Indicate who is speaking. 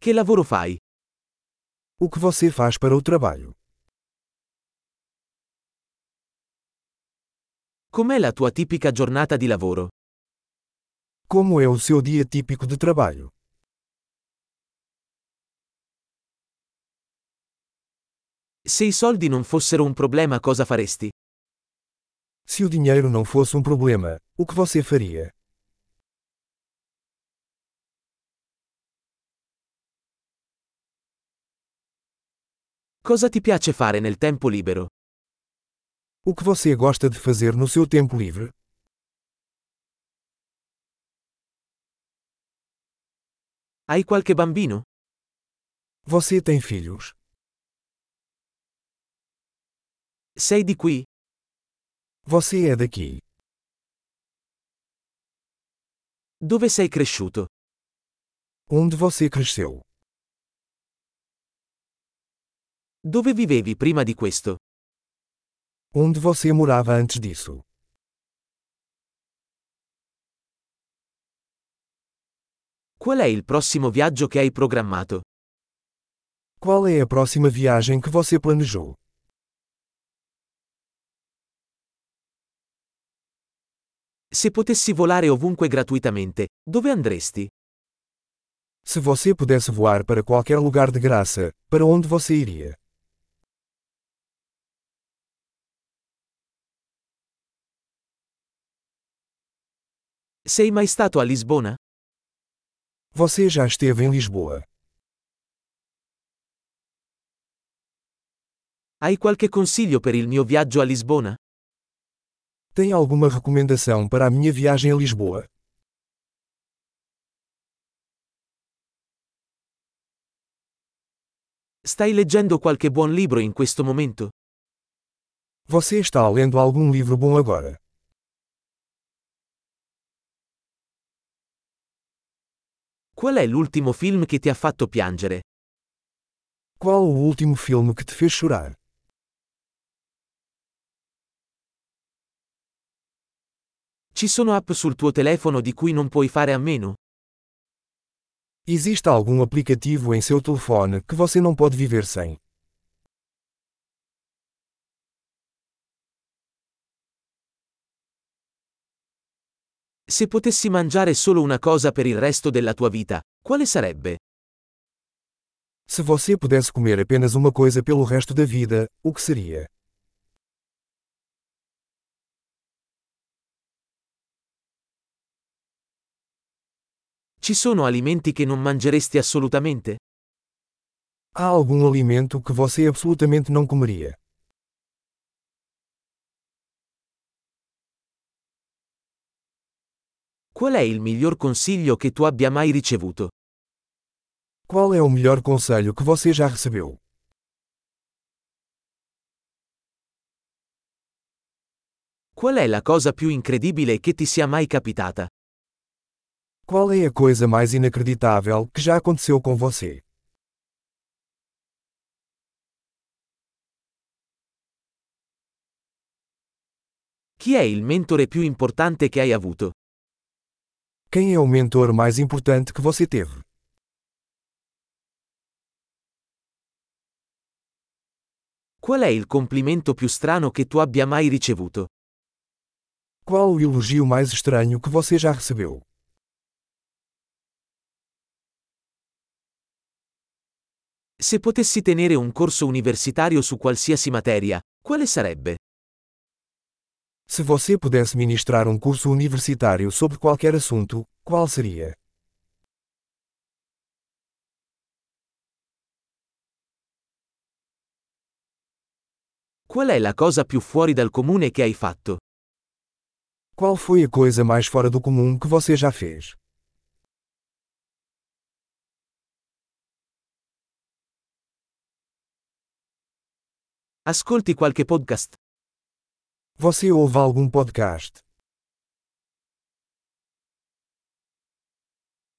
Speaker 1: Che lavoro fai?
Speaker 2: O que você faz para o trabalho?
Speaker 1: Com'è la tua tipica giornata di lavoro?
Speaker 2: Como é o seu dia típico de trabalho?
Speaker 1: Se i soldi non fossero un problema cosa faresti?
Speaker 2: Se o dinheiro não fosse um problema, o que você faria?
Speaker 1: Cosa ti piace fare nel tempo libero?
Speaker 2: O que você gosta de fazer no seu tempo livre?
Speaker 1: Hai qualche bambino?
Speaker 2: Você tem filhos?
Speaker 1: Sei di qui?
Speaker 2: Você é daqui?
Speaker 1: Dove sei cresciuto?
Speaker 2: Onde você cresceu?
Speaker 1: Dove vivevi prima di questo?
Speaker 2: Onde você morava antes disso?
Speaker 1: Qual è il prossimo viaggio che hai programmato?
Speaker 2: Qual é a próxima viagem que você planejou?
Speaker 1: Se potessi volare ovunque gratuitamente, dove andresti?
Speaker 2: Se você pudesse voar para qualquer lugar de graça, para onde você iria?
Speaker 1: Sei mai stato a Lisbona?
Speaker 2: Você já esteve em Lisboa?
Speaker 1: Hai qualche consiglio per il mio viaggio a Lisbona?
Speaker 2: Tem alguma recomendação para a minha viagem a Lisboa?
Speaker 1: Stai leggendo qualche buon libro in questo momento?
Speaker 2: Você está lendo algum livro bom agora?
Speaker 1: Qual è l'ultimo film che ti ha fatto piangere?
Speaker 2: Qual o último filme que te fez chorar?
Speaker 1: Ci sono app sul tuo telefono di cui non puoi fare a meno?
Speaker 2: Existe algum aplicativo em seu telefone que você não pode viver sem?
Speaker 1: Se potessi mangiare solo una cosa per il resto della tua vita, quale sarebbe?
Speaker 2: Se você pudesse comer apenas uma coisa pelo resto da vida, o que seria?
Speaker 1: Ci sono alimenti che non mangeresti assolutamente?
Speaker 2: Há algum alimento que você absolutamente não comeria?
Speaker 1: Qual è il miglior consiglio che tu abbia mai ricevuto?
Speaker 2: Qual é o melhor conselho que você já recebeu?
Speaker 1: Qual è la cosa più incredibile che ti sia mai capitata?
Speaker 2: Qual é a coisa mais inacreditável que já aconteceu com você?
Speaker 1: Chi è il mentore più importante che hai avuto?
Speaker 2: Quem é o mentor mais importante que você teve?
Speaker 1: Qual è il complimento più strano che tu abbia mai ricevuto?
Speaker 2: Qual o elogio mais estranho que você já recebeu?
Speaker 1: Se potessi tenere un corso universitario su qualsiasi materia, quale sarebbe?
Speaker 2: Se você pudesse ministrar um curso universitário sobre qualquer assunto, qual seria?
Speaker 1: Qual è la cosa più fuori dal comune che hai fatto?
Speaker 2: Qual foi a coisa mais fora do comum que você já fez?
Speaker 1: Ascolti qualche podcast?
Speaker 2: Você ouve algum podcast?